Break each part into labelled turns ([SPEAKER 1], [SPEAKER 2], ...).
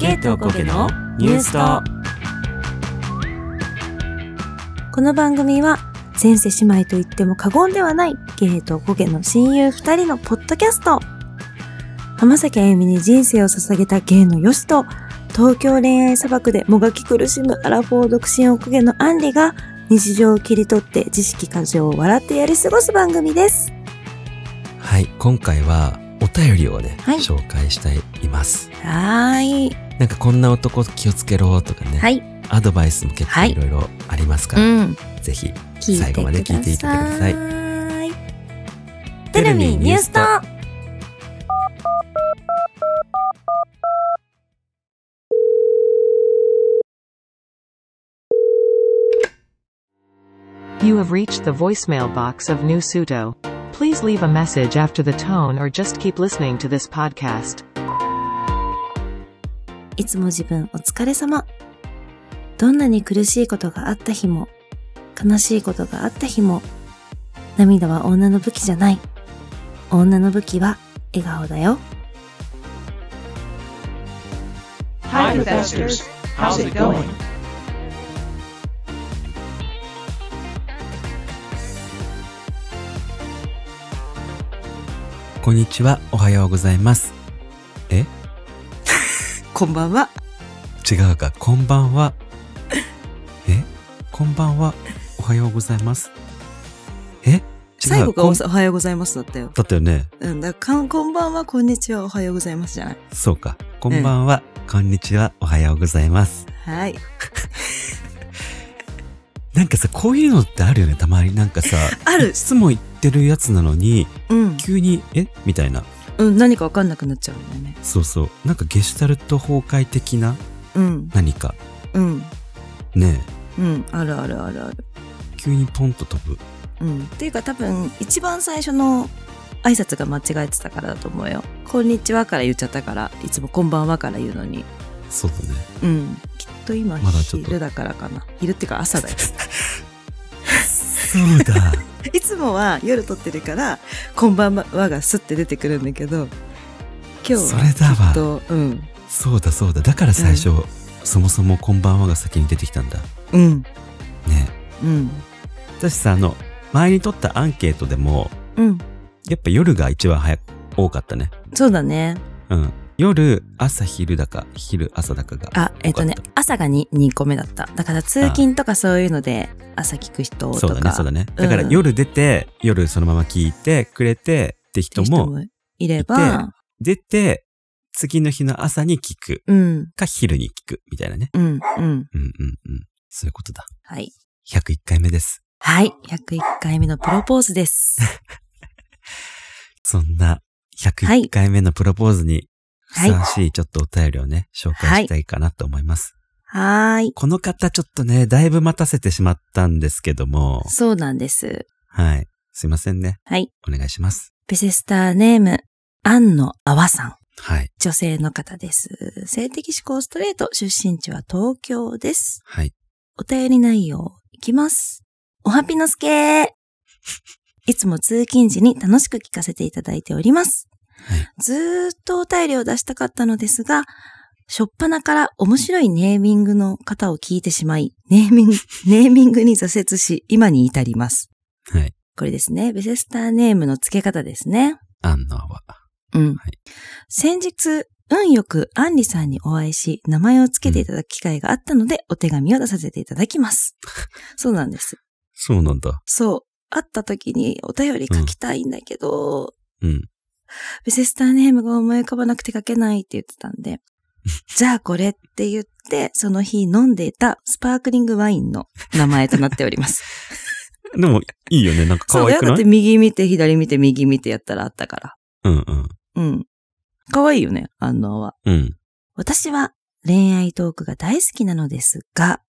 [SPEAKER 1] ゲートコケのニュースと
[SPEAKER 2] この番組は前世姉妹と言っても過言ではないゲートコケの親友二人のポッドキャスト浜崎あゆみに人生を捧げた芸のヨシと東京恋愛砂漠でもがき苦しむアラフォー独身おこげのアンリが日常を切り取って知識過剰を笑ってやり過ごす番組です
[SPEAKER 1] はい今回はお便りをね、
[SPEAKER 2] はい
[SPEAKER 1] 紹介したいいます
[SPEAKER 2] はーい
[SPEAKER 1] なんかこんな男気をつけろとかね、
[SPEAKER 2] はい
[SPEAKER 1] アドバイスも結構
[SPEAKER 2] はい
[SPEAKER 1] いろいろありますから、
[SPEAKER 2] ん
[SPEAKER 1] ぜひ
[SPEAKER 2] 聞いて
[SPEAKER 1] 最後まで聞いていってください
[SPEAKER 2] くださいテレビニュースと
[SPEAKER 3] You have reached the voicemail box of New Suto. Please leave a message after the tone or just keep listening to this podcast.
[SPEAKER 2] いつも自分お疲れ様。どんなに苦しいことがあった日も、悲しいことがあった日も、涙は女の武器じゃない。女の武器は笑顔だよ。
[SPEAKER 4] Hi, investors. How's it going?
[SPEAKER 1] こんにちはおはようございますえ
[SPEAKER 2] こんばんは。
[SPEAKER 1] 違うかこんばんは えこんばんはおはようございますえ違う
[SPEAKER 5] 最後が
[SPEAKER 1] こ
[SPEAKER 5] お
[SPEAKER 1] ん
[SPEAKER 5] さおはようございますだったよ。
[SPEAKER 1] だったよね
[SPEAKER 5] うん、だからかんこんばんは、こんにちは、おはようございますじゃない。
[SPEAKER 1] そうかこんばんは、こんにちはおはようございます
[SPEAKER 5] はい。
[SPEAKER 1] なんかさ、こういうのってあるよね、たまに。なんかさ、
[SPEAKER 5] ある
[SPEAKER 1] いつも言ってるやつなのに、
[SPEAKER 5] うん。
[SPEAKER 1] 急に、えみたいな。
[SPEAKER 5] うん、何かわかんなくなっちゃうんだよね。
[SPEAKER 1] そうそう。なんかゲシュタルト崩壊的な
[SPEAKER 5] うん、
[SPEAKER 1] 何か。
[SPEAKER 5] うん、
[SPEAKER 1] ね
[SPEAKER 5] うん、あるあるあるある。
[SPEAKER 1] え急にポンと飛ぶ。
[SPEAKER 5] うん。っていうか多分、一番最初の挨拶が間違えてたからだと思うよ。こんにちはから言っちゃったから、いつもこんばんはから言うのに。
[SPEAKER 1] そうだね。
[SPEAKER 5] うん。きっと今、
[SPEAKER 1] まだちょっと
[SPEAKER 5] 昼だからかな。昼っていうか朝だよ。
[SPEAKER 1] そうだ。
[SPEAKER 5] いつもは夜撮ってるから、こんばんはがスッて出てくるんだけど、今日
[SPEAKER 1] そ
[SPEAKER 5] は
[SPEAKER 1] れだ
[SPEAKER 5] きっ
[SPEAKER 1] わ。
[SPEAKER 5] と、うん。
[SPEAKER 1] そうだそうだ。だから最初、そもそもこんばんはが先に出てきたんだ。
[SPEAKER 5] うん。
[SPEAKER 1] ね
[SPEAKER 5] うん。
[SPEAKER 1] え私さ、あの、前に取ったアンケートでも、
[SPEAKER 5] うん。
[SPEAKER 1] やっぱ夜が一番早く、多かったね。
[SPEAKER 5] そうだね。
[SPEAKER 1] うん。夜、朝、昼だか、昼、朝だかが。
[SPEAKER 5] あ、えっ、とね
[SPEAKER 1] 多かっ、
[SPEAKER 5] 朝が 2, 2個目だった。だから通勤とかそういうので、朝聞く人とか。
[SPEAKER 1] そうだね、そうだ
[SPEAKER 5] ね。
[SPEAKER 1] ね。
[SPEAKER 5] うん
[SPEAKER 1] だから夜出て、夜そのまま聞いてくれてって人も、
[SPEAKER 5] いれば、
[SPEAKER 1] 出て、次の日の朝に聞く
[SPEAKER 5] うん、
[SPEAKER 1] か昼に聞くみたいなね。
[SPEAKER 5] うん、うん。
[SPEAKER 1] うんうんうん。そういうことだ。
[SPEAKER 5] はい。
[SPEAKER 1] 101回目です。
[SPEAKER 5] はい。101回目のプロポーズです。
[SPEAKER 1] そんな
[SPEAKER 5] はい
[SPEAKER 1] 101回目のプロポーズにふ
[SPEAKER 5] はい
[SPEAKER 1] さ。わしいちょっとお便りをね、紹介したいかなと思います。
[SPEAKER 5] はーい。
[SPEAKER 1] この方ちょっとね、だいぶ待たせてしまったんですけども、
[SPEAKER 5] そうなんです。
[SPEAKER 1] はい。すいませんね。
[SPEAKER 5] はい。
[SPEAKER 1] お願いします。
[SPEAKER 5] ベセスターネーム、アンのあわさん。
[SPEAKER 1] はい。
[SPEAKER 5] 女性の方です。性的思考ストレート、出身地は東京です。
[SPEAKER 1] はい。
[SPEAKER 5] お便り内容いきます。おはぴのすけいつも通勤時に楽しく聞かせていただいております。
[SPEAKER 1] はい
[SPEAKER 5] ずーっとお便りを出したかったのですが、しょっぱなから面白いネーミングの方を聞いてしまい、ネーミング、 ネーミングに挫折し、今に至ります。
[SPEAKER 1] はい。
[SPEAKER 5] これですね。ベセスターネームの付け方ですね。
[SPEAKER 1] アンナは。
[SPEAKER 5] うん。
[SPEAKER 1] はい
[SPEAKER 5] 先日、運よくアンリさんにお会いし、名前を付けていただく機会があったので、お手紙を出させていただき ます。そうなんです。
[SPEAKER 1] そうなんだ。
[SPEAKER 5] そう。会った時にお便り書きたいんだけど、
[SPEAKER 1] うん。
[SPEAKER 5] ベセスターネームが思い浮かばなくて書けないって言ってたん で、じゃあこれって言って、その日飲んでいたスパークリングワインの名前となっております。
[SPEAKER 1] でも、いいよね。なんか 可
[SPEAKER 5] そう
[SPEAKER 1] 愛
[SPEAKER 5] だよ。
[SPEAKER 1] く
[SPEAKER 5] だ
[SPEAKER 1] な
[SPEAKER 5] って
[SPEAKER 1] い
[SPEAKER 5] 右見て左見て右見てやったらあったから。
[SPEAKER 1] うんうん。
[SPEAKER 5] うん。可愛いよね、あのは。
[SPEAKER 1] うん。
[SPEAKER 5] 私は恋愛トークが大好きなのですが、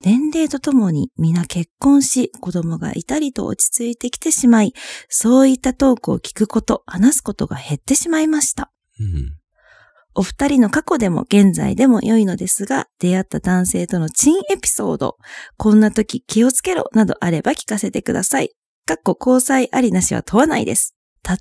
[SPEAKER 5] 年齢とともに皆結婚し、子供がいたりと落ち着いてきてしまい、そういったトークを聞くこと、話すことが減ってしまいました。
[SPEAKER 1] うん。
[SPEAKER 5] お二人の過去でも現在でも良いのですが、出会った男性との珍エピソード、こんな時気をつけろなどあれば聞かせてください。かっこ交際ありなしは問わないです。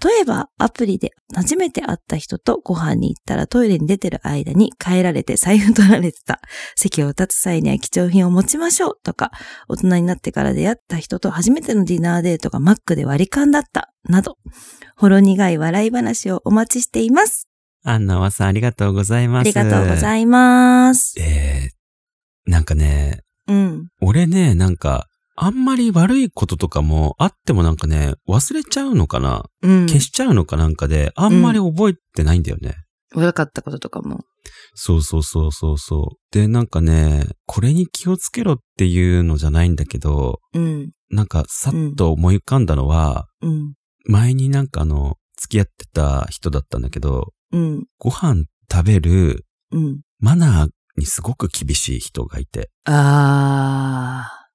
[SPEAKER 5] 例えば、アプリで初めて会った人とご飯に行ったらトイレに出てる間に帰られて財布取られてた。席を立つ際には貴重品を持ちましょうとか、大人になってから出会った人と初めてのディナーデートがマックで割り勘だった。など、ほろ苦い笑い話をお待ちしています。
[SPEAKER 1] アンナはさんありがとうござい
[SPEAKER 5] あ
[SPEAKER 1] ます。
[SPEAKER 5] りがとうござ
[SPEAKER 1] い
[SPEAKER 5] います。
[SPEAKER 1] えー、なんかね、
[SPEAKER 5] うん。
[SPEAKER 1] 俺ね、なんか、あんまり悪いこととかもあってもなんかね、忘れちゃうのかな、
[SPEAKER 5] うん。
[SPEAKER 1] 消しちゃうのかなんかで、あんまり覚えてないんだよね。
[SPEAKER 5] 悪かったこととかも。
[SPEAKER 1] そうそうそうそうそう。で、なんかね、これに気をつけろっていうのじゃないんだけど、
[SPEAKER 5] うん。
[SPEAKER 1] なんかさっと思い浮かんだのは、
[SPEAKER 5] うん。
[SPEAKER 1] 前になんかあの、付き合ってた人だったんだけど、
[SPEAKER 5] うん。
[SPEAKER 1] ご飯食べる
[SPEAKER 5] うん。
[SPEAKER 1] マナーにすごく厳しい人がいて、
[SPEAKER 5] あ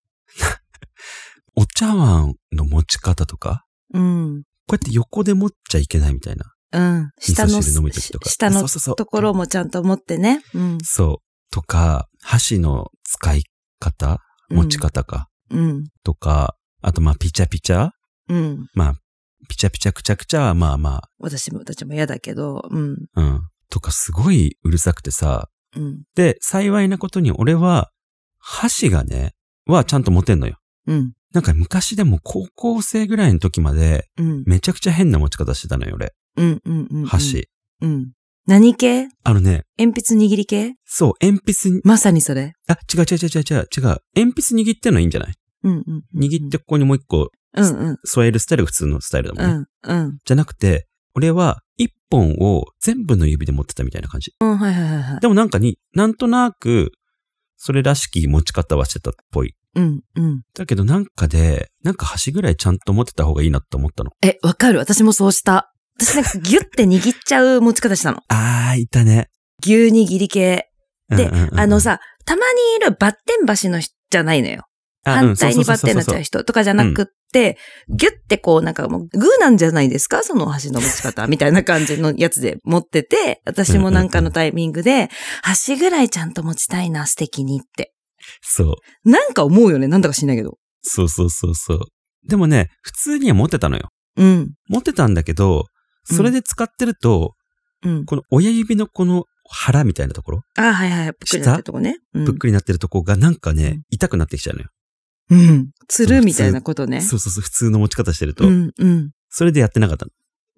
[SPEAKER 1] お茶碗の持ち方とか、
[SPEAKER 5] ー。うん。
[SPEAKER 1] こうやって横で持っちゃいけないみたいな。
[SPEAKER 5] うん。下の、
[SPEAKER 1] 味噌汁飲む時とか
[SPEAKER 5] 下の
[SPEAKER 1] そうそうそう
[SPEAKER 5] ところもちゃんと持ってね。うん。
[SPEAKER 1] そう。とか、箸の使い方
[SPEAKER 5] うん
[SPEAKER 1] 持ち方か。
[SPEAKER 5] うん。
[SPEAKER 1] とか、あとまあ、ピチャピチャ
[SPEAKER 5] うん。
[SPEAKER 1] まあ、ピチャピチャくちゃくちゃはまあま
[SPEAKER 5] 私も、私も嫌だけど、うん。
[SPEAKER 1] あ、うん。とか、すごいうるさくてさ。
[SPEAKER 5] うん。
[SPEAKER 1] で、幸いなことに俺は、箸がね、はちゃんと持てんのよ。
[SPEAKER 5] うん。
[SPEAKER 1] なんか昔でも高校生ぐらいの時まで、
[SPEAKER 5] うん。
[SPEAKER 1] めちゃくちゃ変な持ち方してたのよ、俺。
[SPEAKER 5] うん。うん。うん。
[SPEAKER 1] 箸。。
[SPEAKER 5] うん。何系
[SPEAKER 1] あのね、
[SPEAKER 5] 鉛筆握り系
[SPEAKER 1] そう、鉛筆に、
[SPEAKER 5] まさにそれ。
[SPEAKER 1] あ、違う違う違う違う違う。鉛筆握ってんのいいんじゃない
[SPEAKER 5] うん。うん。うん
[SPEAKER 1] 握ってここにもう一個
[SPEAKER 5] うん。うん。
[SPEAKER 1] 添えるスタイルが普通のスタイルだもん
[SPEAKER 5] う
[SPEAKER 1] ね。
[SPEAKER 5] ん。うん。
[SPEAKER 1] じゃなくて、俺は一本を全部の指で持ってたみたいな感じ。
[SPEAKER 5] うん。はいはいはいはい。
[SPEAKER 1] でもなんかに、なんとなく、それらしき持ち方はしてたっぽい。
[SPEAKER 5] うん。うん。
[SPEAKER 1] だけどなんかで、なんか箸ぐらいちゃんと持ってた方がいいなって思ったの。
[SPEAKER 5] え、わかる私もそうした。私なんかギュって握っちゃう持ち方したの。
[SPEAKER 1] あー、いたね。
[SPEAKER 5] 牛握り系。で
[SPEAKER 1] うんうんうんうん
[SPEAKER 5] あの、さ、たまにいるバッテン橋の人じゃないのよ。
[SPEAKER 1] あ
[SPEAKER 5] 反対にバッテンになっちゃう。人とかじゃなくって、ギュってこうなんかもうグーなんじゃないですかその箸の持ち方みたいな感じのやつで持ってて、私もなんかのタイミングで、箸ぐらいちゃんと持ちたいな、素敵にって。
[SPEAKER 1] そう
[SPEAKER 5] なんか思うよね。なんだか知んないけど。
[SPEAKER 1] そうそうそうそうそう。でもね、普通には持ってたのよ。
[SPEAKER 5] うん。
[SPEAKER 1] 持ってたんだけど、それで使ってると、
[SPEAKER 5] うん。
[SPEAKER 1] この親指のこの腹みたいなところ、
[SPEAKER 5] あ、はいはい。ぷっくりなってるとこね。うん
[SPEAKER 1] ぷっくりなってるとこがなんかね、痛くなってきちゃうのよ。
[SPEAKER 5] うん。つるみたいなことね。
[SPEAKER 1] そうそうそう、普通の持ち方してると。
[SPEAKER 5] うん、うん、
[SPEAKER 1] それでやってなかったの。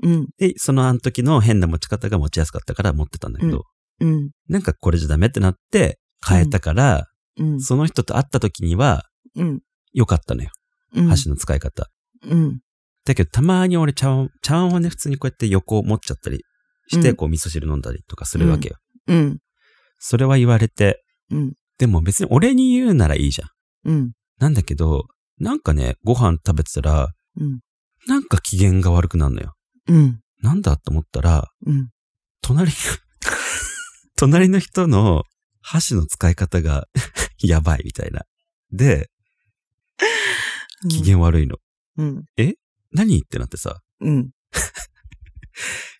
[SPEAKER 5] うん、
[SPEAKER 1] で、そのあの時の変な持ち方が持ちやすかったから持ってたんだけど、
[SPEAKER 5] うん、
[SPEAKER 1] なんかこれじゃダメってなって変えたから、
[SPEAKER 5] うん、
[SPEAKER 1] その人と会った時には
[SPEAKER 5] うん、
[SPEAKER 1] 良かったのよ。
[SPEAKER 5] うん。
[SPEAKER 1] 箸の使い方。
[SPEAKER 5] うん、
[SPEAKER 1] だけどたまに俺茶碗、茶碗はね、普通にこうやって横を持っちゃったりして、
[SPEAKER 5] うん
[SPEAKER 1] こう味噌汁飲んだりとかするわけよ。
[SPEAKER 5] うん、
[SPEAKER 1] それは言われて、
[SPEAKER 5] うん、
[SPEAKER 1] でも別に俺に言うならいいじゃん。
[SPEAKER 5] うん、
[SPEAKER 1] なんだけど、なんかね、ご飯食べてたら、
[SPEAKER 5] うん、
[SPEAKER 1] なんか機嫌が悪くなるのよ。
[SPEAKER 5] うん、
[SPEAKER 1] なんだと思ったら、
[SPEAKER 5] うん。
[SPEAKER 1] 隣の、 隣の人の箸の使い方が やばいみたいな。で、機嫌悪いの。
[SPEAKER 5] うん、
[SPEAKER 1] 何ってなってさ、
[SPEAKER 5] うん、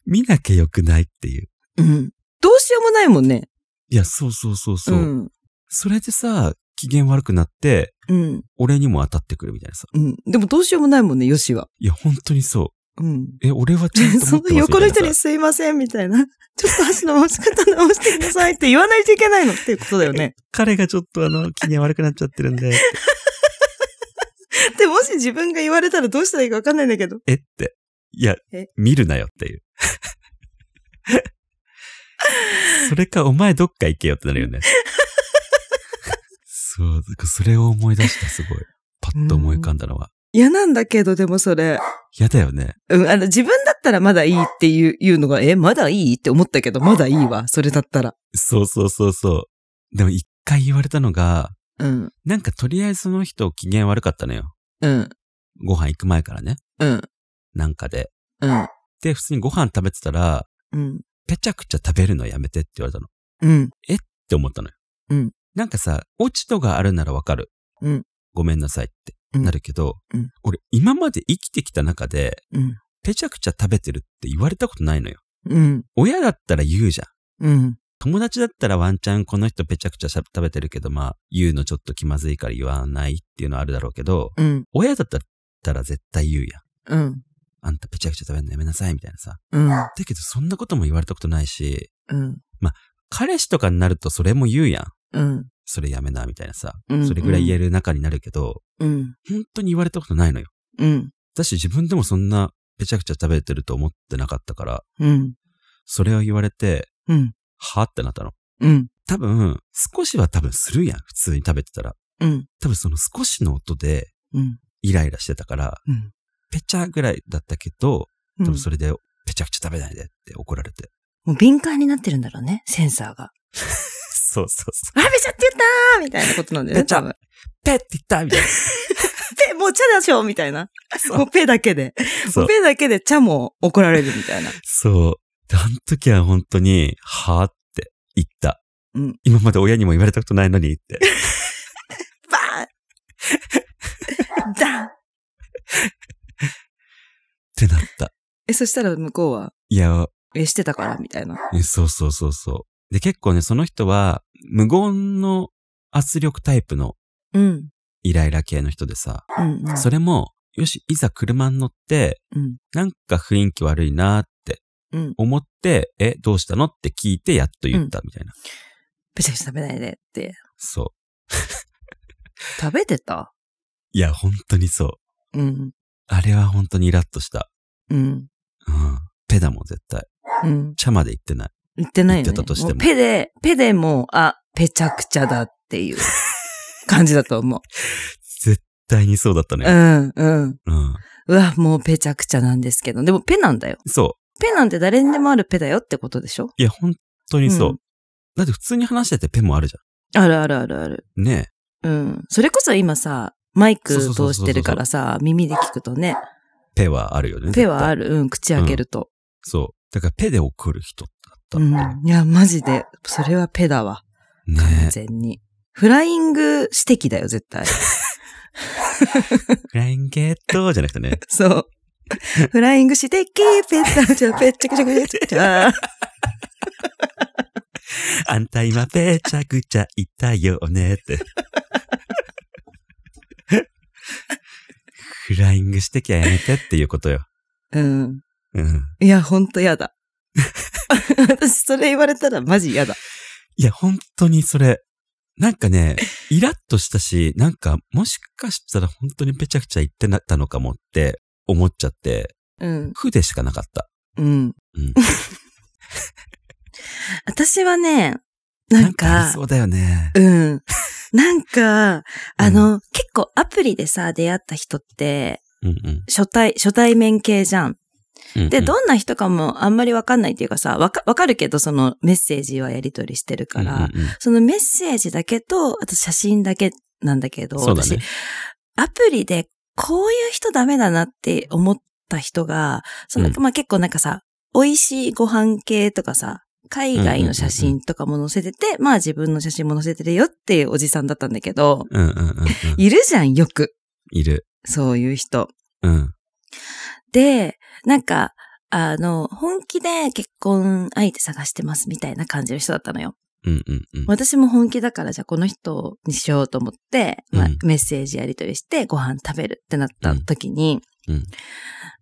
[SPEAKER 1] 見なきゃよくないっていう。
[SPEAKER 5] うん。どうしようもないもんね。
[SPEAKER 1] いや、そうそうそうそうう。
[SPEAKER 5] ん、
[SPEAKER 1] それでさ、機嫌悪くなって、
[SPEAKER 5] うん、
[SPEAKER 1] 俺にも当たってくるみたいなさ。
[SPEAKER 5] うん。でもどうしようもないもんね、よしは。
[SPEAKER 1] いや、本当にそ
[SPEAKER 5] うん。
[SPEAKER 1] う。え、俺 はちゃんと
[SPEAKER 5] そ
[SPEAKER 1] 持っ
[SPEAKER 5] の
[SPEAKER 1] てますみ
[SPEAKER 5] 横
[SPEAKER 1] た
[SPEAKER 5] の
[SPEAKER 1] いな
[SPEAKER 5] 人
[SPEAKER 1] さ
[SPEAKER 5] にすいません、みたいな。 ちょっと箸の持ち方直してくださいって言わないといけないのっていうことだよ ね。
[SPEAKER 1] 彼がちょっとあの、機嫌悪くなっちゃってるんで、
[SPEAKER 5] で、もし自分が言われたらどうしたらいいかわかんないんだけど。
[SPEAKER 1] えって。いや
[SPEAKER 5] え、
[SPEAKER 1] 見るなよっていう。それか、お前どっか行けよってなるよね。そう、だからそれを思い出した、すごい。パッと思い浮かんだのは。
[SPEAKER 5] 嫌なんだけど、でもそれ。
[SPEAKER 1] 嫌だよね。
[SPEAKER 5] うん、あの、自分だったらまだいいっていう、いうのが、え、まだいいって思ったけど、まだいいわ、それだったら。
[SPEAKER 1] そうそうそうそう。でも一回言われたのが、
[SPEAKER 5] うん、
[SPEAKER 1] なんかとりあえずその人機嫌悪かったのよ。
[SPEAKER 5] うん、
[SPEAKER 1] ご飯行く前からね。
[SPEAKER 5] うん、
[SPEAKER 1] なんかで。
[SPEAKER 5] うん、
[SPEAKER 1] で、普通にご飯食べてたら、
[SPEAKER 5] うん、
[SPEAKER 1] ぺちゃくちゃ食べるのやめてって言われたの。っ
[SPEAKER 5] うん、
[SPEAKER 1] て思ったのよ。
[SPEAKER 5] うん。
[SPEAKER 1] なんかさ、落ち度があるならわかる。
[SPEAKER 5] うん。
[SPEAKER 1] ごめんなさいって
[SPEAKER 5] うん
[SPEAKER 1] なるけど、
[SPEAKER 5] うん
[SPEAKER 1] 俺今まで生きてきた中で、
[SPEAKER 5] うん、
[SPEAKER 1] ぺちゃくちゃ食べてるって言われたことないのよ。
[SPEAKER 5] うん、
[SPEAKER 1] 親だったら言うじゃん。
[SPEAKER 5] うん、
[SPEAKER 1] 友達だったらワンチャンこの人ぺちゃくちゃしゃ食べてるけど、まあ、言うのちょっと気まずいから言わないっていうのはあるだろうけど、
[SPEAKER 5] うん、
[SPEAKER 1] 親だったら絶対言うやん。
[SPEAKER 5] うん、
[SPEAKER 1] ああんたぺちゃくちゃ食べるのやめなさい、みたいなさ。
[SPEAKER 5] うん。
[SPEAKER 1] だけどそんなことも言われたことないし、
[SPEAKER 5] うん。
[SPEAKER 1] 彼氏とかになるとそれも言うやん。
[SPEAKER 5] うん。
[SPEAKER 1] それやめな、みたいなさ。
[SPEAKER 5] うん
[SPEAKER 1] それぐらい言える仲になるけど、
[SPEAKER 5] うん。
[SPEAKER 1] 本当に言われたことないのよ。
[SPEAKER 5] うん。
[SPEAKER 1] だし自分でもそんなぺちゃくちゃ食べてると思ってなかったから、
[SPEAKER 5] うん。
[SPEAKER 1] それを言われて、
[SPEAKER 5] うん。
[SPEAKER 1] はってなったの。
[SPEAKER 5] うん。
[SPEAKER 1] 多分、少しは多分するやん。普通に食べてたら。
[SPEAKER 5] うん。
[SPEAKER 1] 多分その少しの音で
[SPEAKER 5] うん。
[SPEAKER 1] イライラしてたから、
[SPEAKER 5] うん。
[SPEAKER 1] ぺちゃぐらいだったけど、
[SPEAKER 5] う
[SPEAKER 1] 多
[SPEAKER 5] ん
[SPEAKER 1] 分それでぺちゃくちゃ食べないでって怒られて。
[SPEAKER 5] もう敏感になってるんだろうね、センサーが。
[SPEAKER 1] そうそうそ
[SPEAKER 5] あ、べちゃって言ったーみたいなことなんだよね、
[SPEAKER 1] べちゃ
[SPEAKER 5] 多分。
[SPEAKER 1] う。ペって言ったみたい
[SPEAKER 5] ペ、もう茶でしょみたいな。
[SPEAKER 1] そう
[SPEAKER 5] もうペだけで。
[SPEAKER 1] な。そ
[SPEAKER 5] も
[SPEAKER 1] う
[SPEAKER 5] う。ペだけで茶も怒られるみたいな。
[SPEAKER 1] そう。であの時は本当に、はーって言った。
[SPEAKER 5] うん
[SPEAKER 1] 今まで親にも言われたことないのにって。
[SPEAKER 5] バーンダン
[SPEAKER 1] ってなった。
[SPEAKER 5] え、そしたら向こうは、
[SPEAKER 1] いや、
[SPEAKER 5] え、してたから、みたいな。
[SPEAKER 1] えそうそうそうそう。で、結構ね、その人は、無言の圧力タイプの
[SPEAKER 5] うん。
[SPEAKER 1] イライラ系の人でさ、
[SPEAKER 5] うん、うん。
[SPEAKER 1] それも、よし、いざ車に乗って、
[SPEAKER 5] うん。
[SPEAKER 1] なんか雰囲気悪いなーって
[SPEAKER 5] うん。
[SPEAKER 1] 思って、え、どうしたのって聞いて、やっと言ったみたいな。
[SPEAKER 5] べちゃべちゃ食べないでって。
[SPEAKER 1] そう。
[SPEAKER 5] 食べてた
[SPEAKER 1] いや、本当にそう。
[SPEAKER 5] うん。
[SPEAKER 1] あれは本当にイラッとした。
[SPEAKER 5] うん。
[SPEAKER 1] うん。ペダも絶対。
[SPEAKER 5] うん。
[SPEAKER 1] 茶まで言ってない。
[SPEAKER 5] 言ってないよ、ね。
[SPEAKER 1] 言ってたとしても
[SPEAKER 5] うペで、ペでもう、あ、ペちゃくちゃだって いう感じだと思う。
[SPEAKER 1] 絶対にそうだった
[SPEAKER 5] う
[SPEAKER 1] ね。
[SPEAKER 5] ん、うん。
[SPEAKER 1] うん。
[SPEAKER 5] うわ、もうペちゃくちゃなんですけど。でもペなんだよ。
[SPEAKER 1] そ
[SPEAKER 5] ペなんて誰にでもあるペだよってことでしょ
[SPEAKER 1] う。いや、本当にそう。
[SPEAKER 5] うん
[SPEAKER 1] だって普通に話しててペもあるじ
[SPEAKER 5] あるあるあるある。
[SPEAKER 1] ゃん。ね
[SPEAKER 5] うん。それこそ今さ、マイク
[SPEAKER 1] そうそうそうそ
[SPEAKER 5] 通
[SPEAKER 1] う
[SPEAKER 5] してるからさ、耳で聞くとね、
[SPEAKER 1] え。ペはあるよね。
[SPEAKER 5] ペはあ
[SPEAKER 1] る。
[SPEAKER 5] る。うん、口開けると。
[SPEAKER 1] そう。だからペで怒る人だった
[SPEAKER 5] うんん
[SPEAKER 1] だよ。。
[SPEAKER 5] いや、マジで、それはペだわ。完
[SPEAKER 1] ねえ。
[SPEAKER 5] 全に。フライング指摘だよ、絶対。。
[SPEAKER 1] フライングゲットじゃなくて ね
[SPEAKER 5] そう。フライング指摘、ペッタちゃ、ペッチャクチャクチャクチャ。
[SPEAKER 1] あんた今ペちゃくちゃいたよね って。フライングしてきゃやめてっていうことよ。
[SPEAKER 5] うん。
[SPEAKER 1] うん。
[SPEAKER 5] いや、ほんとやだ。私、それ言われたらマジやだ。
[SPEAKER 1] いや、本当にそれ。なんかね、イラッとしたし、なんか、もしかしたら本当にぺちゃくちゃ言ってなったのかもって思っちゃって、
[SPEAKER 5] うん。
[SPEAKER 1] 負でしかなかった。
[SPEAKER 5] うん。
[SPEAKER 1] うん。
[SPEAKER 5] 私はね、なん
[SPEAKER 1] あり
[SPEAKER 5] か、
[SPEAKER 1] そうだよね。
[SPEAKER 5] うん。なんか、あの、結構アプリでさ、出会った人って、
[SPEAKER 1] うんうん。
[SPEAKER 5] 初対、初対面系じゃん。
[SPEAKER 1] うんうん
[SPEAKER 5] で、どんな人かもあんまりわかんないっていうかさ、わか、わかるけど、そのメッセージはやり取りしてるから、
[SPEAKER 1] うんうんうん
[SPEAKER 5] そのメッセージだけと、あと写真だけなんだけど、
[SPEAKER 1] そうだ
[SPEAKER 5] 私
[SPEAKER 1] ね。、
[SPEAKER 5] アプリでこういう人ダメだなって思った人が、その、
[SPEAKER 1] うん
[SPEAKER 5] まあ、結構なんかさ、美味しいご飯系とかさ、海外の写真とかも載せてて、まあ自分の写真も載せてるよっていうおじさんだったんだけど、
[SPEAKER 1] うんうんうんうん。
[SPEAKER 5] いるじゃん、よく。
[SPEAKER 1] いる。
[SPEAKER 5] そういう人。
[SPEAKER 1] うん。
[SPEAKER 5] で、なんか、あの、本気で結婚相手探してますみたいな感じの人だったのよ。
[SPEAKER 1] うんうんうん。
[SPEAKER 5] 私も本気だからじゃあこの人にしようと思って、まあ
[SPEAKER 1] うん
[SPEAKER 5] メッセージやり取りしてご飯食べるってなった時に、
[SPEAKER 1] うんうん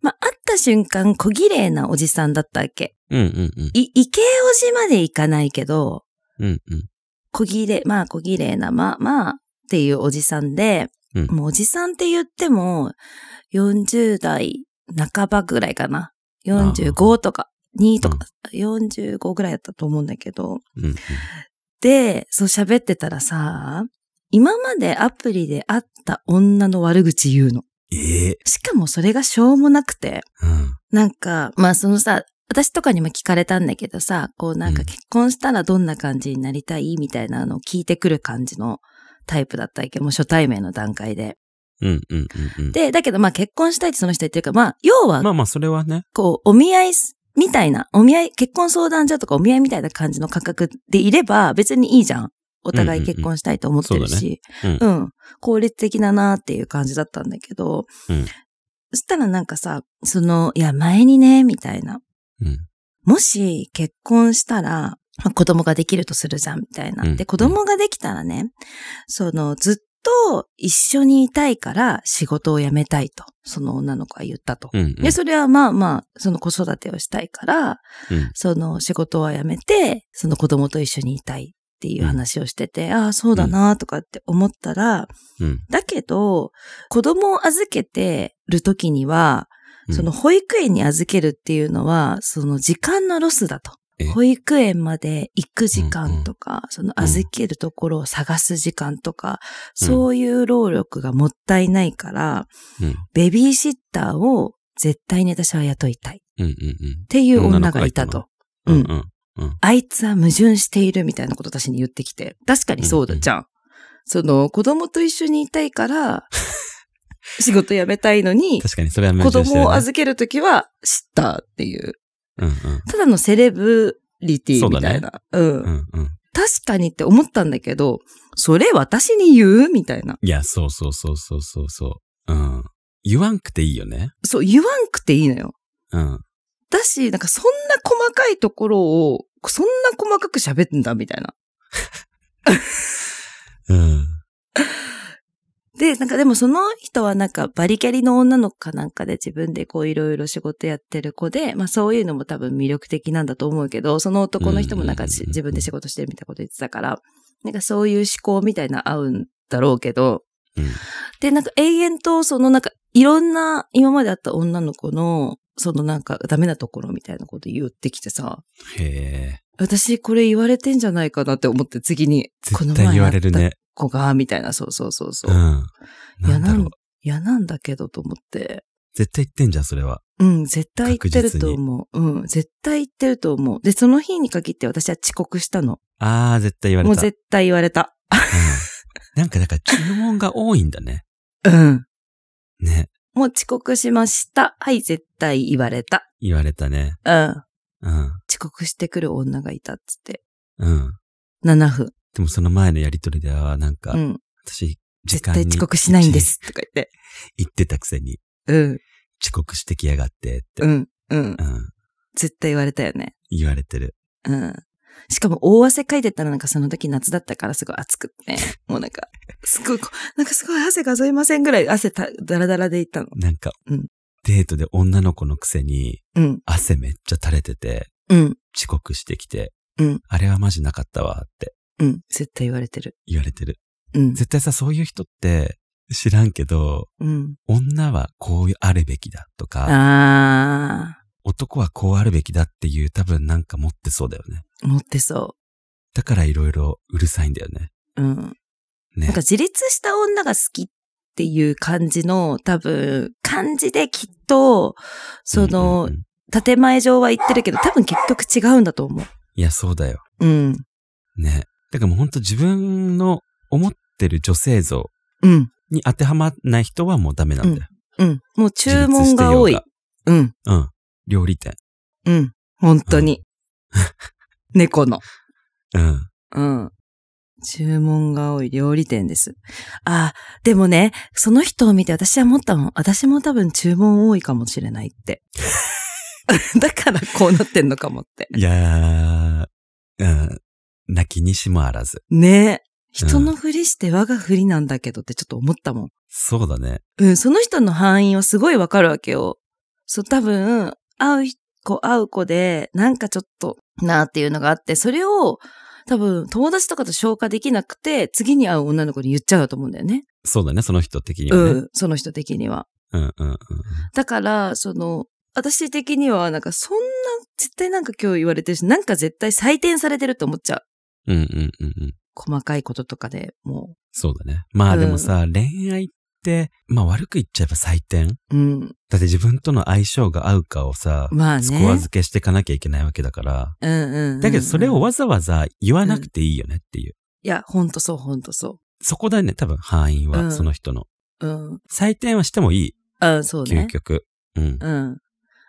[SPEAKER 5] まあ会った瞬間小綺麗なおじさんだったわけ。
[SPEAKER 1] うんうんうん。
[SPEAKER 5] い、池おじまで行かないけど、
[SPEAKER 1] うんうん。
[SPEAKER 5] 小綺麗、まあ小綺麗な、まあまあっていうおじさんで、
[SPEAKER 1] うん
[SPEAKER 5] もうおじさんって言っても、40代半ばぐらいかな。45とか、2とか、45ぐらいだったと思うんだけど。
[SPEAKER 1] うんうん。
[SPEAKER 5] で、そう喋ってたらさ、今までアプリで会った女の悪口言うの。
[SPEAKER 1] ええ。
[SPEAKER 5] しかもそれがしょうもなくて。
[SPEAKER 1] うん。
[SPEAKER 5] なんか、まあそのさ、私とかにも聞かれたんだけどさ、こうなん
[SPEAKER 1] う
[SPEAKER 5] か
[SPEAKER 1] ん
[SPEAKER 5] 結婚したらどんな感じになりたいみたいなのを聞いてくる感じのタイプだったわけど、もう初対面の段階で。
[SPEAKER 1] うんうんうんうん。
[SPEAKER 5] で、だけどまあ結婚したいってその人言ってるから、まあ要は
[SPEAKER 1] まあまあ、それはね。
[SPEAKER 5] こうお見合いすみたいな、お見合い、結婚相談所とかお見合いみたいな感じの価格でいれば別にいいじゃん。お互い結婚したいと思ってるし。
[SPEAKER 1] うんうんうんそう
[SPEAKER 5] うん。効率的だなっていう感じだったんだけど。
[SPEAKER 1] うん
[SPEAKER 5] そしたらなんかさ、その、いや前にね、みたいな。
[SPEAKER 1] うん。
[SPEAKER 5] もし結婚したら、まあ子供ができるとするじゃん、みたいな。
[SPEAKER 1] うん
[SPEAKER 5] で、子供ができたらね、その、ずっと一緒にいたいから仕事を辞めたいと、その女の子は言ったと。
[SPEAKER 1] うんうん。
[SPEAKER 5] で、それはまあまあ、その子育てをしたいから、
[SPEAKER 1] うん
[SPEAKER 5] その仕事は辞めて、その子供と一緒にいたいっていう話をしてて、ああ、そうだなとかって思ったら、
[SPEAKER 1] うん
[SPEAKER 5] だけど、子供を預けてる時には、
[SPEAKER 1] うん
[SPEAKER 5] その保育園に預けるっていうのは、その時間のロスだと
[SPEAKER 1] え。
[SPEAKER 5] 保育園まで行く時間とか、その預けるところを探す時間とか、
[SPEAKER 1] うん
[SPEAKER 5] そういう労力がもったいないから、
[SPEAKER 1] うん
[SPEAKER 5] ベビーシッターを絶対に私は雇いたいっ
[SPEAKER 1] うんうん
[SPEAKER 5] ていう女がいたと。
[SPEAKER 1] う。
[SPEAKER 5] うんん
[SPEAKER 1] うんうん。
[SPEAKER 5] あいつは矛盾しているみたいなこと私に言ってきて。確かにそうだじゃん。その、子供と一緒にいたいから、 仕事辞めたいのに、
[SPEAKER 1] 確かにそれは矛
[SPEAKER 5] 子
[SPEAKER 1] 盾して
[SPEAKER 5] 供
[SPEAKER 1] る
[SPEAKER 5] を
[SPEAKER 1] ね
[SPEAKER 5] 預けるときは、知ったっていう。
[SPEAKER 1] うん
[SPEAKER 5] ただのセレブリティみたいな。うん。
[SPEAKER 1] うん。うんうん。
[SPEAKER 5] 確かにって思ったんだけど、それ私に言うみたいな。
[SPEAKER 1] いや、そうそうそうそうそうそう。うん。言わんくていいよね。
[SPEAKER 5] そう、言わんくていいのよ。
[SPEAKER 1] うん。
[SPEAKER 5] だし、なんかそんな細かいところを、そんな細かく喋るんだみたいな。
[SPEAKER 1] うん。
[SPEAKER 5] で、なんかでもその人はなんかバリキャリの女の子かなんかで自分でこういろいろ仕事やってる子で、まあそういうのも多分魅力的なんだと思うけど、その男の人もなんか
[SPEAKER 1] うんうんうんう
[SPEAKER 5] し
[SPEAKER 1] ん
[SPEAKER 5] 自分で仕事してるみたいなこと言ってたから、なんかそういう思考みたいな合うんだろうけど、
[SPEAKER 1] うん
[SPEAKER 5] で、なんか永遠とそのなんかいろんな今まであった女の子のそのなんかダメなところみたいなこと言ってきてさ、
[SPEAKER 1] へえ。
[SPEAKER 5] 私これ言われてんじゃないかなって思って次に、この
[SPEAKER 1] 絶対
[SPEAKER 5] 前
[SPEAKER 1] 言
[SPEAKER 5] あ
[SPEAKER 1] わ
[SPEAKER 5] っ
[SPEAKER 1] れる
[SPEAKER 5] た
[SPEAKER 1] ね。
[SPEAKER 5] 子が、みたいな、そうそうそうそう
[SPEAKER 1] う。ん。
[SPEAKER 5] い
[SPEAKER 1] な
[SPEAKER 5] や、
[SPEAKER 1] んだ
[SPEAKER 5] な
[SPEAKER 1] ろ
[SPEAKER 5] ん
[SPEAKER 1] う。、
[SPEAKER 5] いや、なんだけどと思って。
[SPEAKER 1] 絶対言ってんじゃん、それは。
[SPEAKER 5] うん、絶対言ってると
[SPEAKER 1] 確
[SPEAKER 5] 思う。うん、絶対言ってると思う。で、その日に限って私は遅刻したの。
[SPEAKER 1] あー、絶対言われ
[SPEAKER 5] もう
[SPEAKER 1] た。
[SPEAKER 5] 絶対言われた。
[SPEAKER 1] うんなんかだから注文が多いんだね。
[SPEAKER 5] うん。
[SPEAKER 1] ね。
[SPEAKER 5] もう遅刻しました。はい、絶対言われた。
[SPEAKER 1] 言われたね。
[SPEAKER 5] うん。
[SPEAKER 1] うん。
[SPEAKER 5] 遅刻してくる女がいたっつって。
[SPEAKER 1] うん。
[SPEAKER 5] 7分。
[SPEAKER 1] でもその前のやりとりでは、なんか、
[SPEAKER 5] うん。
[SPEAKER 1] 私、時
[SPEAKER 5] 絶
[SPEAKER 1] 間
[SPEAKER 5] 対
[SPEAKER 1] に
[SPEAKER 5] 遅刻しないんで。す。とか言って。
[SPEAKER 1] 言ってたくせに、
[SPEAKER 5] うん。
[SPEAKER 1] 遅刻してきやがってって。
[SPEAKER 5] う。ん。うん
[SPEAKER 1] う。ん。
[SPEAKER 5] 絶対言われたよね。
[SPEAKER 1] 言われてる。
[SPEAKER 5] うん。しかも大汗かいてたらなんかその時夏だったからすごい暑くて ね。もうなんか、すごいこう、なんかすごい汗数えませんぐらい汗た、だらだらでいったの。
[SPEAKER 1] なんか、
[SPEAKER 5] うん
[SPEAKER 1] デートで女の子のくせに、
[SPEAKER 5] うん、
[SPEAKER 1] 汗めっちゃ垂れてて、
[SPEAKER 5] うん、
[SPEAKER 1] 遅刻してきて、
[SPEAKER 5] うん
[SPEAKER 1] あれはマジなかったわって
[SPEAKER 5] うん。絶対言われてる。
[SPEAKER 1] 言われてる。
[SPEAKER 5] うん、
[SPEAKER 1] 絶対さ、そういう人って、知らんけど、
[SPEAKER 5] うん。
[SPEAKER 1] 女はこうあるべきだとか、
[SPEAKER 5] あ
[SPEAKER 1] 男はこうあるべきだっていう多分なんか持ってそうだよね。
[SPEAKER 5] ー、持ってそ
[SPEAKER 1] だからいろいろうるさいんだよね。
[SPEAKER 5] う。うん。
[SPEAKER 1] ね
[SPEAKER 5] なんか。自立した女が好きっていう感じの、多分、感じできっと、そ
[SPEAKER 1] うん
[SPEAKER 5] の
[SPEAKER 1] うんう、ん
[SPEAKER 5] 建前上は言ってるけど、多分結局違うんだと思
[SPEAKER 1] いや、そうだよ。
[SPEAKER 5] う。うん、
[SPEAKER 1] ね。だからもう本当自分の思ってる女性像
[SPEAKER 5] うん、
[SPEAKER 1] に当てはまらない人はもうダメなんだよ。
[SPEAKER 5] うん。もう注文が多い
[SPEAKER 1] 自立してよ。
[SPEAKER 5] うん、
[SPEAKER 1] うが。うん。料理店。
[SPEAKER 5] うん。本当に。猫の。
[SPEAKER 1] うん。
[SPEAKER 5] うん。注文が多い料理店です。あー、でもね、その人を見て私は思ったもん。私も多分注文多いかもしれないって。だからこうなってんのかもって。
[SPEAKER 1] いやー、うん。泣きにしもあらず。
[SPEAKER 5] ねえ。人のふりして我がふりなんだけどってちょっと思ったもん。
[SPEAKER 1] そうだね。
[SPEAKER 5] うん、その人の範囲はすごいわかるわけよ。そう、多分、会う子、会う子で、なんかちょっと、なーっていうのがあって、それを、多分、友達とかと消化できなくて、次に会う女の子に言っちゃうと思うんだよね。
[SPEAKER 1] そうだね、その人的にはね。
[SPEAKER 5] うん、その人的には。
[SPEAKER 1] うん、うん、うん。
[SPEAKER 5] だから、その、私的には、なんか、そんな、絶対なんか今日言われてるし、なんか絶対採点されてると思っちゃう。
[SPEAKER 1] うん、うん、うん。うん
[SPEAKER 5] 細かいこととかでも
[SPEAKER 1] そうだね。まあ
[SPEAKER 5] うん
[SPEAKER 1] でもさ、恋愛って、まあ悪く言っちゃえば採点
[SPEAKER 5] う。うん。
[SPEAKER 1] だって自分との相性が合うかをさ、
[SPEAKER 5] まあね。
[SPEAKER 1] スコア付けしていかなきゃいけないわけだから。
[SPEAKER 5] うんうんうんうん
[SPEAKER 1] だけどそれを。わざわざ言わなくていいよねっていう。
[SPEAKER 5] いや、ほんとそう、ほんとそ
[SPEAKER 1] そこだよね、多分範囲は、
[SPEAKER 5] うん
[SPEAKER 1] その人の。
[SPEAKER 5] う。うん。
[SPEAKER 1] 採点はしてもいい、
[SPEAKER 5] あそうね。
[SPEAKER 1] 究極。うん。
[SPEAKER 5] うん。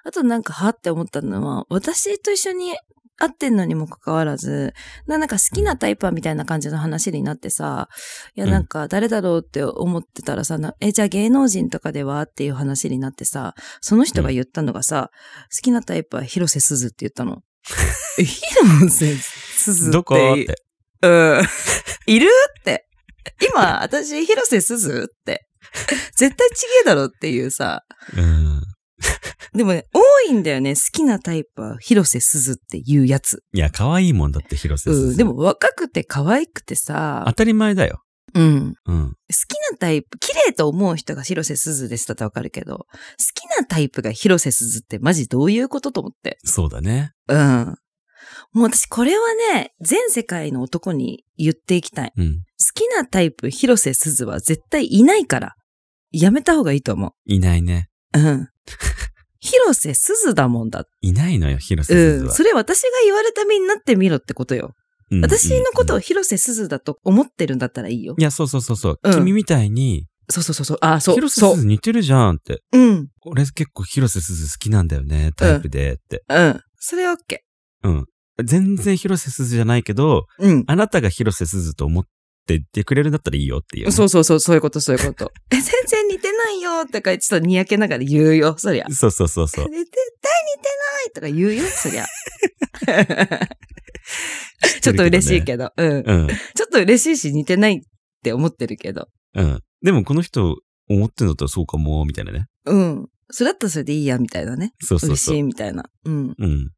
[SPEAKER 5] あとなんか、はって思ったのは、私と一緒に会ってんのにもかかわらず、ななんか好きなタイプはみたいな感じの話になってさ、いや
[SPEAKER 1] うん
[SPEAKER 5] なんか誰だろうって思ってたらさ、なえ、じゃあ芸能人とかではっていう話になってさ、その人が言ったのがさ、好きなタイプは広瀬すずって言ったの。え広瀬すずって。
[SPEAKER 1] どこって。
[SPEAKER 5] うん。いるって。今、私、広瀬すずって。絶対ちげえだろっていうさ。
[SPEAKER 1] うん。
[SPEAKER 5] でもね、多いんだよね。好きなタイプは広瀬すずっていうやつ。
[SPEAKER 1] いや、可愛いもんだって、広瀬すず
[SPEAKER 5] うん。でも、若くて可愛くてさ
[SPEAKER 1] 当。たり前だよ。
[SPEAKER 5] うん。
[SPEAKER 1] うん。
[SPEAKER 5] 好きなタイプ、綺麗と思う人が広瀬すずですだってわかるけど、好きなタイプが広瀬すずってマジどういうことと思って。
[SPEAKER 1] そうだね。
[SPEAKER 5] うん。もう私これはね、全世界の男に言っていきたい。
[SPEAKER 1] うん。
[SPEAKER 5] 好きなタイプ広瀬すずは絶対いないから、やめた方がいいと思
[SPEAKER 1] いないね。
[SPEAKER 5] う。 うん。広瀬すずだもんだ。
[SPEAKER 1] いないのよ、広瀬すず
[SPEAKER 5] うん。
[SPEAKER 1] は
[SPEAKER 5] そ。れ私が言われた身になってみろってことよ。
[SPEAKER 1] うん
[SPEAKER 5] 私のこと
[SPEAKER 1] うん
[SPEAKER 5] を広瀬すずだと思ってるんだったらいいよ。
[SPEAKER 1] いや、そうそうそうそう。
[SPEAKER 5] うん
[SPEAKER 1] 君みたいに、
[SPEAKER 5] そうそうそうそう。あ、そう。
[SPEAKER 1] 広瀬す
[SPEAKER 5] そ
[SPEAKER 1] ず似てるじゃんって。
[SPEAKER 5] う。うん。
[SPEAKER 1] 俺結構広瀬すず好きなんだよね、タイプでって。
[SPEAKER 5] うん。それは OK。
[SPEAKER 1] 全然広瀬すずじゃないけど、
[SPEAKER 5] うん。
[SPEAKER 1] あなたが広瀬すずと思って言ってくれるんだったらいいよっていうね、
[SPEAKER 5] そうそうそう、そういうこと、そういうこと。 え、全然似てないよとか、ちょっとにやけながら言うよ、そりゃ。
[SPEAKER 1] そうそうそうそう
[SPEAKER 5] 絶対。似てないとか言うよ、そ りゃ。ちょっと嬉しいけど、うん。
[SPEAKER 1] うん。
[SPEAKER 5] ちょっと嬉しいし、似てないって思ってるけど。
[SPEAKER 1] うん。でもこの人思ってんだったらそうかも、みたいなね。
[SPEAKER 5] うん。それだったらそれでいいや、みたいなね。
[SPEAKER 1] そうそう
[SPEAKER 5] 嬉
[SPEAKER 1] そう。
[SPEAKER 5] しい、みたいな。うん。
[SPEAKER 1] うん。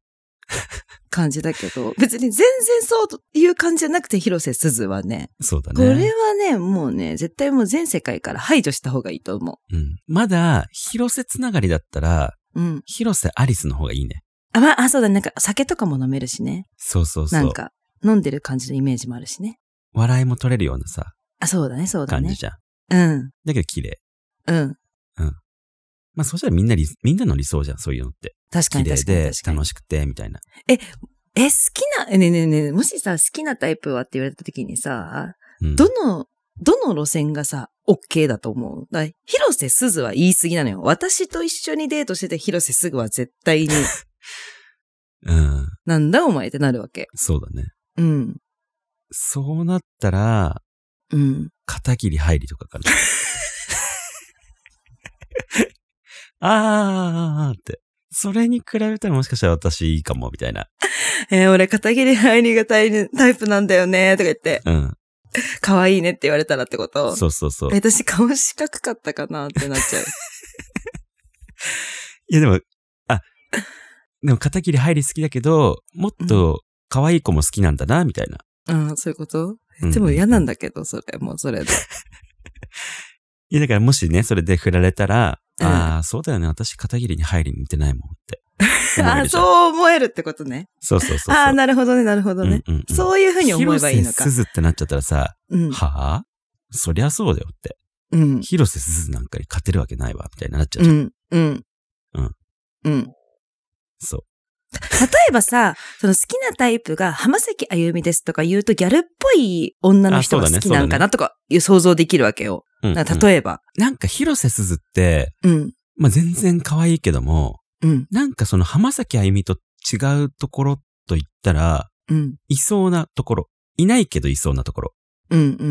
[SPEAKER 5] 感じだけど、別に全然そうという感じじゃなくて、広瀬すずはね。
[SPEAKER 1] そうだ
[SPEAKER 5] これ
[SPEAKER 1] ね。
[SPEAKER 5] はね、もうね、絶対もう全世界から排除した方がいいと思
[SPEAKER 1] うん。まだ、広瀬つながりだったら、
[SPEAKER 5] う。うん。
[SPEAKER 1] 広瀬アリスの方がいいね。
[SPEAKER 5] あ、まあ、あそうだね。なんか酒とかも飲めるしね。
[SPEAKER 1] そうそうそ
[SPEAKER 5] な。
[SPEAKER 1] うん
[SPEAKER 5] か、飲んでる感じのイメージもあるしね。
[SPEAKER 1] 笑いも取れるようなさ、
[SPEAKER 5] あ、そうだね、そうだ
[SPEAKER 1] 感
[SPEAKER 5] ね
[SPEAKER 1] じ。じゃん。
[SPEAKER 5] うん、
[SPEAKER 1] だけど綺麗。
[SPEAKER 5] うん。
[SPEAKER 1] まあそうしたらみんな理、みんなの理想じゃん、そういうのって。
[SPEAKER 5] 確か
[SPEAKER 1] 綺
[SPEAKER 5] に
[SPEAKER 1] 麗
[SPEAKER 5] 確かに
[SPEAKER 1] で
[SPEAKER 5] 確かに
[SPEAKER 1] 楽。しくて、みたいな。
[SPEAKER 5] え、好きな、えねえねえねえ、もしさ、好きなタイプはって言われた時にさ、
[SPEAKER 1] うん
[SPEAKER 5] どの、どの路線がさ、OK だと思うだから広瀬すずは言い過ぎなのよ。私と一緒にデートしてて広瀬すずは絶対に、
[SPEAKER 1] うん。
[SPEAKER 5] なんだお前ってなるわけ。
[SPEAKER 1] そうだね。
[SPEAKER 5] うん、
[SPEAKER 1] そうなったら、
[SPEAKER 5] うん。
[SPEAKER 1] 片桐入りとかか な。あーあーあーあーって。それに比べたらもしかしたら私いいかも、みたいな。
[SPEAKER 5] えー俺、片桐入りがタイタイプなんだよね、とか言って、
[SPEAKER 1] うん。
[SPEAKER 5] 可愛いねって言われたらってこと
[SPEAKER 1] そうそうそう。
[SPEAKER 5] え
[SPEAKER 1] い
[SPEAKER 5] 私、顔四角かったかなってなっち ゃう。
[SPEAKER 1] やでも、あ、でも片桐入り好きだけど、もっと可愛い子も好きなんだな、みたいな。
[SPEAKER 5] うん、そういうことでも嫌なんだけど、それ、もうそれで。
[SPEAKER 1] いやだからもしね、それで振られたら、
[SPEAKER 5] うん
[SPEAKER 1] ああ、そうだよね、私片桐に入り似てないも んって。
[SPEAKER 5] あ、
[SPEAKER 1] う。
[SPEAKER 5] そう思えるってことね。
[SPEAKER 1] そうそうそう。
[SPEAKER 5] ああ、なるほどね、なるほどね。
[SPEAKER 1] うんうんうん
[SPEAKER 5] そういうふうに思えばいいのか
[SPEAKER 1] 広瀬。すずってなっちゃったらさ、
[SPEAKER 5] うん。
[SPEAKER 1] はあそりゃそうだよって。
[SPEAKER 5] うん。
[SPEAKER 1] 広瀬すずなんかに勝てるわけないわ、みたいになっちゃう
[SPEAKER 5] う
[SPEAKER 1] じゃん。
[SPEAKER 5] ん。うん。
[SPEAKER 1] うん。
[SPEAKER 5] うん。
[SPEAKER 1] そう。
[SPEAKER 5] 例えばさ、その好きなタイプが浜崎あゆみですとか言うとギャルっぽい女の人
[SPEAKER 1] あ
[SPEAKER 5] が
[SPEAKER 1] そうだね
[SPEAKER 5] 好きなんかなとかいう想像できるわけよ。
[SPEAKER 1] うん
[SPEAKER 5] だから
[SPEAKER 1] うん
[SPEAKER 5] 例えば。
[SPEAKER 1] なんか広瀬すずって、
[SPEAKER 5] うん。
[SPEAKER 1] まあ、全然可愛いけども、
[SPEAKER 5] うん。
[SPEAKER 1] なんかその浜崎あゆみと違うところと言ったら、
[SPEAKER 5] うん。
[SPEAKER 1] いそうなところ。いないけどいそうなところ。
[SPEAKER 5] うん。うん。う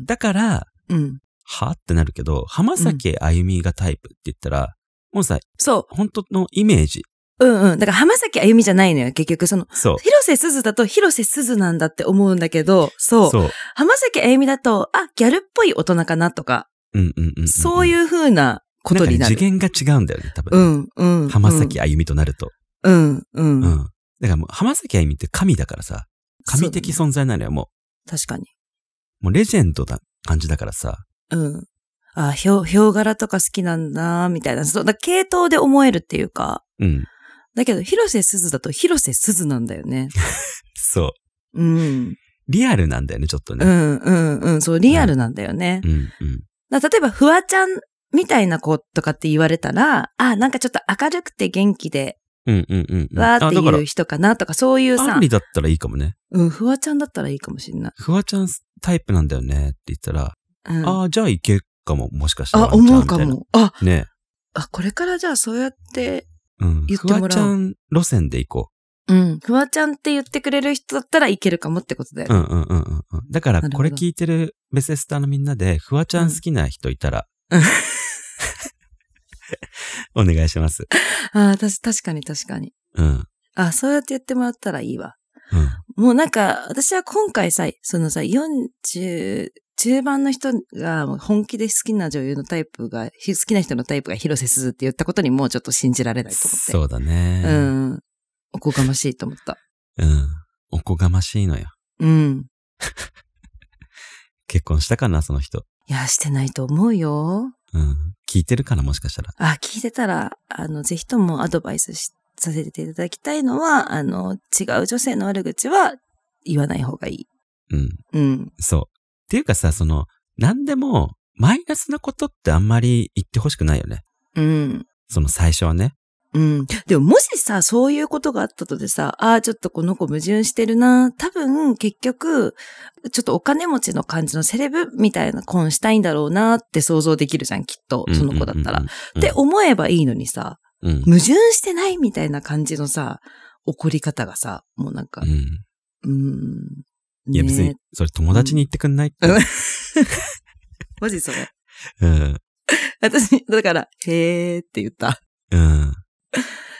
[SPEAKER 5] ん。
[SPEAKER 1] だから、
[SPEAKER 5] うん。うん。
[SPEAKER 1] はってなるけど、浜崎あゆみがタイプって言ったら、もうさ、
[SPEAKER 5] そ
[SPEAKER 1] 本当のイメージ。
[SPEAKER 5] う。うんうん。だから浜崎あゆみじゃないのよ、結局。その、
[SPEAKER 1] そう。
[SPEAKER 5] 広瀬すずだと広瀬すずなんだって思うんだけど、そう。
[SPEAKER 1] そう。
[SPEAKER 5] 浜崎あゆみだと、あ、ギャルっぽい大人かなとか、
[SPEAKER 1] うんうんうんうん。
[SPEAKER 5] そういうう風なことになる。
[SPEAKER 1] んかね次元が違うんだよね、多
[SPEAKER 5] う
[SPEAKER 1] 分ね。
[SPEAKER 5] ん、うん。
[SPEAKER 1] 浜崎あゆみとなると。
[SPEAKER 5] うん、うん、
[SPEAKER 1] う
[SPEAKER 5] うん。
[SPEAKER 1] ん。だからもう浜崎あゆみって神だからさ、神的
[SPEAKER 5] そう
[SPEAKER 1] 存在なのよ、も
[SPEAKER 5] だね確かに。
[SPEAKER 1] う。もうレジェンドな感じだからさ。
[SPEAKER 5] うん。あ、ひょう、ひょう柄とか好きなんだ、みたいな。そう、だ系統で思えるっていうか。
[SPEAKER 1] うん。
[SPEAKER 5] だけど、広瀬すずだと広瀬すずなんだよね。
[SPEAKER 1] そう。
[SPEAKER 5] うん。
[SPEAKER 1] リアルなんだよね、ちょっと
[SPEAKER 5] う
[SPEAKER 1] ね。
[SPEAKER 5] ん、うん、うん。そう、リアルなんだよね
[SPEAKER 1] う。ん、うん。
[SPEAKER 5] だから例えば、フワちゃんみたいな子とかって言われたら、あ、なんかちょっと明るくて元気で、
[SPEAKER 1] うん、うん、うんうん。
[SPEAKER 5] わー
[SPEAKER 1] あ
[SPEAKER 5] って
[SPEAKER 1] だから
[SPEAKER 5] いう人かなとか、そういう
[SPEAKER 1] ア
[SPEAKER 5] さ
[SPEAKER 1] ンリ、だったらいいかもね。
[SPEAKER 5] うん、フワちゃんだったらいいかもしんない。
[SPEAKER 1] フワちゃんタイプなんだよねって言ったら、
[SPEAKER 5] うん。
[SPEAKER 1] ああ、じゃあいけるかも、もしかしたら。
[SPEAKER 5] あ、思う
[SPEAKER 1] ワン
[SPEAKER 5] か
[SPEAKER 1] ちゃんみ
[SPEAKER 5] も。あ、
[SPEAKER 1] たいな。ね。
[SPEAKER 5] あ、これからじゃあそうやって、
[SPEAKER 1] うん。
[SPEAKER 5] 言っ
[SPEAKER 1] フ
[SPEAKER 5] てもらおう
[SPEAKER 1] ワちゃん路線で行こ
[SPEAKER 5] うん、フワちゃんって言ってくれる人だったらいけるかもってことだよ
[SPEAKER 1] う。う
[SPEAKER 5] ね。
[SPEAKER 1] んうんうんうんうん。だから、
[SPEAKER 5] なるほど
[SPEAKER 1] これ聞いてるベセスターのみんなで、フワちゃん好きな人いたら、 お願いします。
[SPEAKER 5] ああ、たし確かに確かに。
[SPEAKER 1] うん。
[SPEAKER 5] あそうやって言ってもらったらいいわ。
[SPEAKER 1] うん。
[SPEAKER 5] もうなんか、私は今回さ、そのさ、40中盤の人が本気で好きな女優のタイプが、ひ好きな人のタイプが広瀬すずって言ったことにもうちょっと信じられないと思って。
[SPEAKER 1] そうだね。
[SPEAKER 5] うん。おこがましいと思った。
[SPEAKER 1] うん。おこがましいのよ。
[SPEAKER 5] うん。
[SPEAKER 1] 結婚したかな、その人。
[SPEAKER 5] いや、してないと思うよ。
[SPEAKER 1] うん。聞いてるかな、もしかしたら。
[SPEAKER 5] あ、聞いてたら、あの、ぜひともアドバイスしさせていただきたいのは、あの、違う女性の悪口は言わない方がいい。
[SPEAKER 1] うん。
[SPEAKER 5] うん。
[SPEAKER 1] そう。っていうかさ、その、何でも、マイナスなことってあんまり言ってほしくないよね。
[SPEAKER 5] うん。
[SPEAKER 1] その最初はね。
[SPEAKER 5] うん。でももしさ、そういうことがあったとでさ、ああ、ちょっとこの子矛盾してるな。多分、結局、ちょっとお金持ちの感じのセレブみたいな婚したいんだろうなって想像できるじゃん、きっと。その子だったら。
[SPEAKER 1] うん
[SPEAKER 5] っ。て思えばいいのにさ、
[SPEAKER 1] うんうんうん。
[SPEAKER 5] 矛盾してないみたいな感じのさ、怒り方がさ、もうなんか
[SPEAKER 1] う、ん。
[SPEAKER 5] うーん。
[SPEAKER 1] いや別
[SPEAKER 5] ね
[SPEAKER 1] に、それ友達に言ってくんないって。
[SPEAKER 5] マジそれ。
[SPEAKER 1] うん。
[SPEAKER 5] 私、だから、へーって言った。
[SPEAKER 1] うん。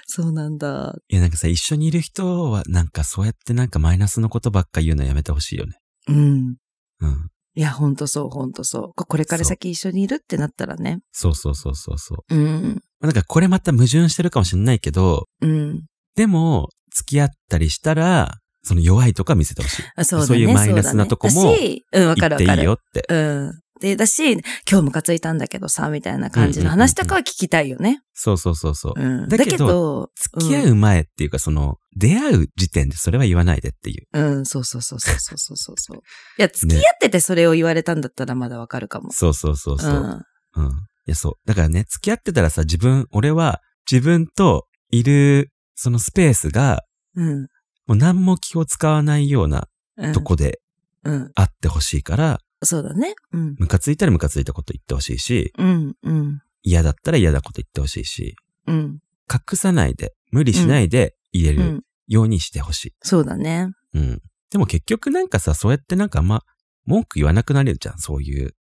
[SPEAKER 5] そうなんだ。
[SPEAKER 1] いやなんかさ、一緒にいる人は、なんかそうやってなんかマイナスのことばっか言うのやめてほしいよね。
[SPEAKER 5] うん。
[SPEAKER 1] うん。
[SPEAKER 5] いや、ほんとそう、ほんとそう。ここれから先一緒にいるってなったらね。
[SPEAKER 1] そうそうそうそうそう。
[SPEAKER 5] うん。
[SPEAKER 1] まあなんかこれまた矛盾してるかもしんないけど、
[SPEAKER 5] うん。
[SPEAKER 1] でも、付き合ったりしたら、その弱いとか見せてほしい。
[SPEAKER 5] あ、そうだね。
[SPEAKER 1] そういうマイナスなとこも
[SPEAKER 5] そうだねだしうん、わかるわ
[SPEAKER 1] 言
[SPEAKER 5] か
[SPEAKER 1] っていい
[SPEAKER 5] る。
[SPEAKER 1] よって。
[SPEAKER 5] うん。で、だし、今日ムカついたんだけどさ、みたいな感じの話とかは聞きたいよね。
[SPEAKER 1] そうそうそうそう。
[SPEAKER 5] うん。
[SPEAKER 1] だ
[SPEAKER 5] だ
[SPEAKER 1] け
[SPEAKER 5] け
[SPEAKER 1] ど
[SPEAKER 5] ど、
[SPEAKER 1] 付き合う前っていうか、その、出会う時点でそれは言わないでっていう。
[SPEAKER 5] うん、そうそうそうそうそうそうそうそう。いや、付き合っててそれを言われたんだったらまだわかるかも。
[SPEAKER 1] そうそうそう
[SPEAKER 5] う
[SPEAKER 1] そう。うん。
[SPEAKER 5] ん。
[SPEAKER 1] いや、そう。だからね、付き合ってたらさ、自分、俺は自分といる、そのスペースが、
[SPEAKER 5] うん。
[SPEAKER 1] もう何も気を使わないような
[SPEAKER 5] うん
[SPEAKER 1] とこで
[SPEAKER 5] うん。
[SPEAKER 1] あってほしいから、
[SPEAKER 5] そうだね。うん。
[SPEAKER 1] ムカついたらムカついたこと言ってほしいし、
[SPEAKER 5] うん。うん。
[SPEAKER 1] 嫌だったら嫌なこと言ってほしいし、
[SPEAKER 5] うん。
[SPEAKER 1] 隠さないで、無理しないで言え
[SPEAKER 5] う
[SPEAKER 1] る
[SPEAKER 5] ん。
[SPEAKER 1] ようにしてほし
[SPEAKER 5] そうだね。
[SPEAKER 1] い。うん。でも結局なんかさ、そうやってなんかあんま文句言わなくなれるじゃん。そういう、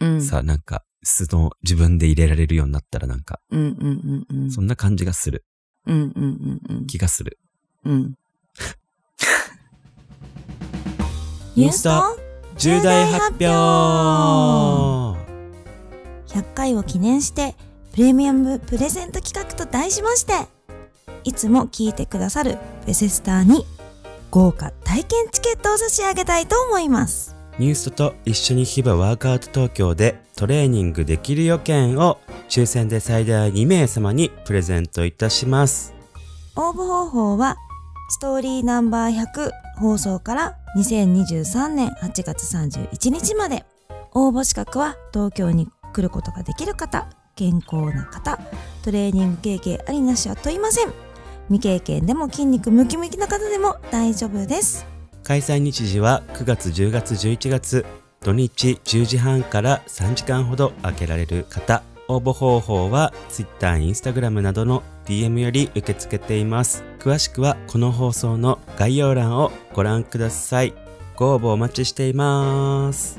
[SPEAKER 5] うん。
[SPEAKER 1] さ、なんか、素の自分で入れられるようになったらなんか、
[SPEAKER 5] うんうんうんうん。
[SPEAKER 1] そんな感じがする。
[SPEAKER 5] うんうんうんうん
[SPEAKER 1] 気がする。
[SPEAKER 5] うん。
[SPEAKER 1] ニュースと重大発表
[SPEAKER 2] 100回を記念してプレミアムプレゼント企画と題しましていつも聞いてくださるフェセスターに豪華体験チケットを差し上げたいと思います
[SPEAKER 1] ニュースと一緒にヒバワークアウト東京でトレーニングできる予券を抽選で最大2名様にプレゼントいたします。
[SPEAKER 2] 応募方法はストーリーナンバー100放送から2023年8月31日まで応募資格は東京に来ることができる方健康な方トレーニング経験ありなしは問いません未経験でも筋肉ムキムキな方でも大丈夫です
[SPEAKER 1] 開催日時は9月10月11月土日10時半から3時間ほど開けられる方応募方法は Twitter、Instagram などの DM より受け付けています詳しくはこの放送の概要欄をご覧くださいご応募お待ちしています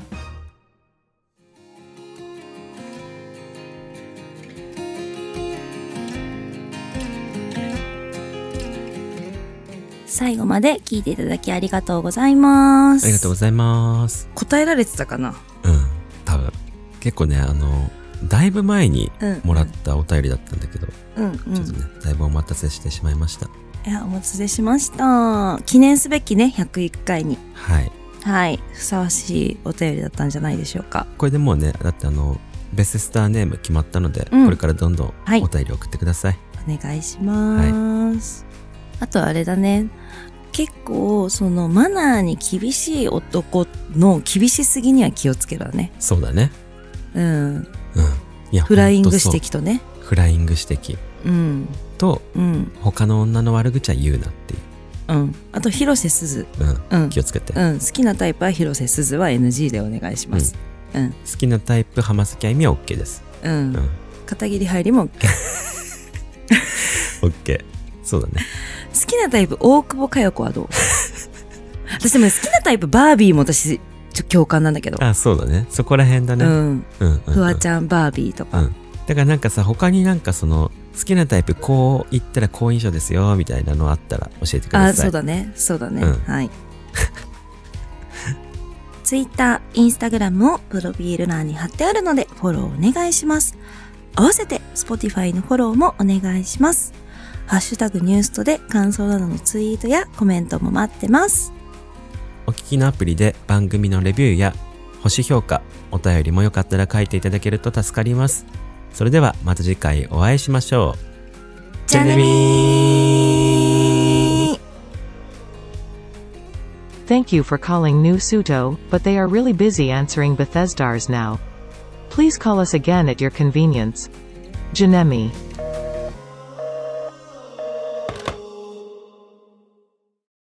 [SPEAKER 2] 最後まで聞いていただきありがとうございます
[SPEAKER 1] ありがとうございます
[SPEAKER 5] 答えられてたかな
[SPEAKER 1] うん多分結構ねあのだいぶ前に
[SPEAKER 5] うん
[SPEAKER 1] もらったお便りだったんだけど、
[SPEAKER 5] うんうん。
[SPEAKER 1] ちょっとねだいぶお待たせしてしまいました
[SPEAKER 5] いや、お待たせしました。記念すべきね、101回に。
[SPEAKER 1] はい
[SPEAKER 5] はい。ふさわしいお便りだったんじゃないでしょうか。
[SPEAKER 1] これでもうねだってあのベススターネーム決まったので、
[SPEAKER 5] うん
[SPEAKER 1] これからどんどん
[SPEAKER 5] はい
[SPEAKER 1] お便り送ってください、
[SPEAKER 5] お願いします。あとあれだね。結構、その、マナーに厳しい男の厳しすぎには気をつけるわね。
[SPEAKER 1] そうだね
[SPEAKER 5] うん。
[SPEAKER 1] うんいや
[SPEAKER 5] フライング指
[SPEAKER 1] ほんと
[SPEAKER 5] 摘とね。
[SPEAKER 1] そうフライング指摘
[SPEAKER 5] うん。
[SPEAKER 1] と
[SPEAKER 5] うん。
[SPEAKER 1] 他の女の悪口は言うなってい
[SPEAKER 5] うん。あと、広瀬すず。
[SPEAKER 1] う、うん
[SPEAKER 5] うん
[SPEAKER 1] 気。をつけて、
[SPEAKER 5] うん、好きなタイプは広瀬すずは NG でお願いします。うん、
[SPEAKER 1] 好きなタイプ浜崎あゆみは OK です
[SPEAKER 5] うん、
[SPEAKER 1] うん
[SPEAKER 5] 片桐入りも OK
[SPEAKER 1] OK そうだね
[SPEAKER 5] 好きなタイプ大久保佳代子はどう 私でも好きなタイプバービーも私ちょ共感なんだけど、
[SPEAKER 1] あそうだねそこら辺だ
[SPEAKER 5] う
[SPEAKER 1] ね、
[SPEAKER 5] ん、
[SPEAKER 1] うんうんうん
[SPEAKER 5] フワちゃんバービーとか、
[SPEAKER 1] うんだからなんかさ他になんかその好きなタイプこう言ったら好印象ですよみたいなのあったら教えてくだ
[SPEAKER 5] あ
[SPEAKER 1] さい
[SPEAKER 5] そうだねそうだね、
[SPEAKER 1] うん
[SPEAKER 5] はい
[SPEAKER 2] Twitter、Instagram をプロフィール欄に貼ってあるのでフォローお願いします。合わせて Spotify のフォローもお願いします。ハッシュタグニュースとで感想などのツイートやコメントも待ってます。
[SPEAKER 1] お聞きのアプリで番組のレビューや星評価、お便りもよかったら書いていただけると助かります。それではまた次回お会いしましょう。
[SPEAKER 2] じゃあね
[SPEAKER 1] みー
[SPEAKER 3] Thank you for calling New Suto, but they are really busy answering Bethesdars now. Please call us again at your convenience. Janemi.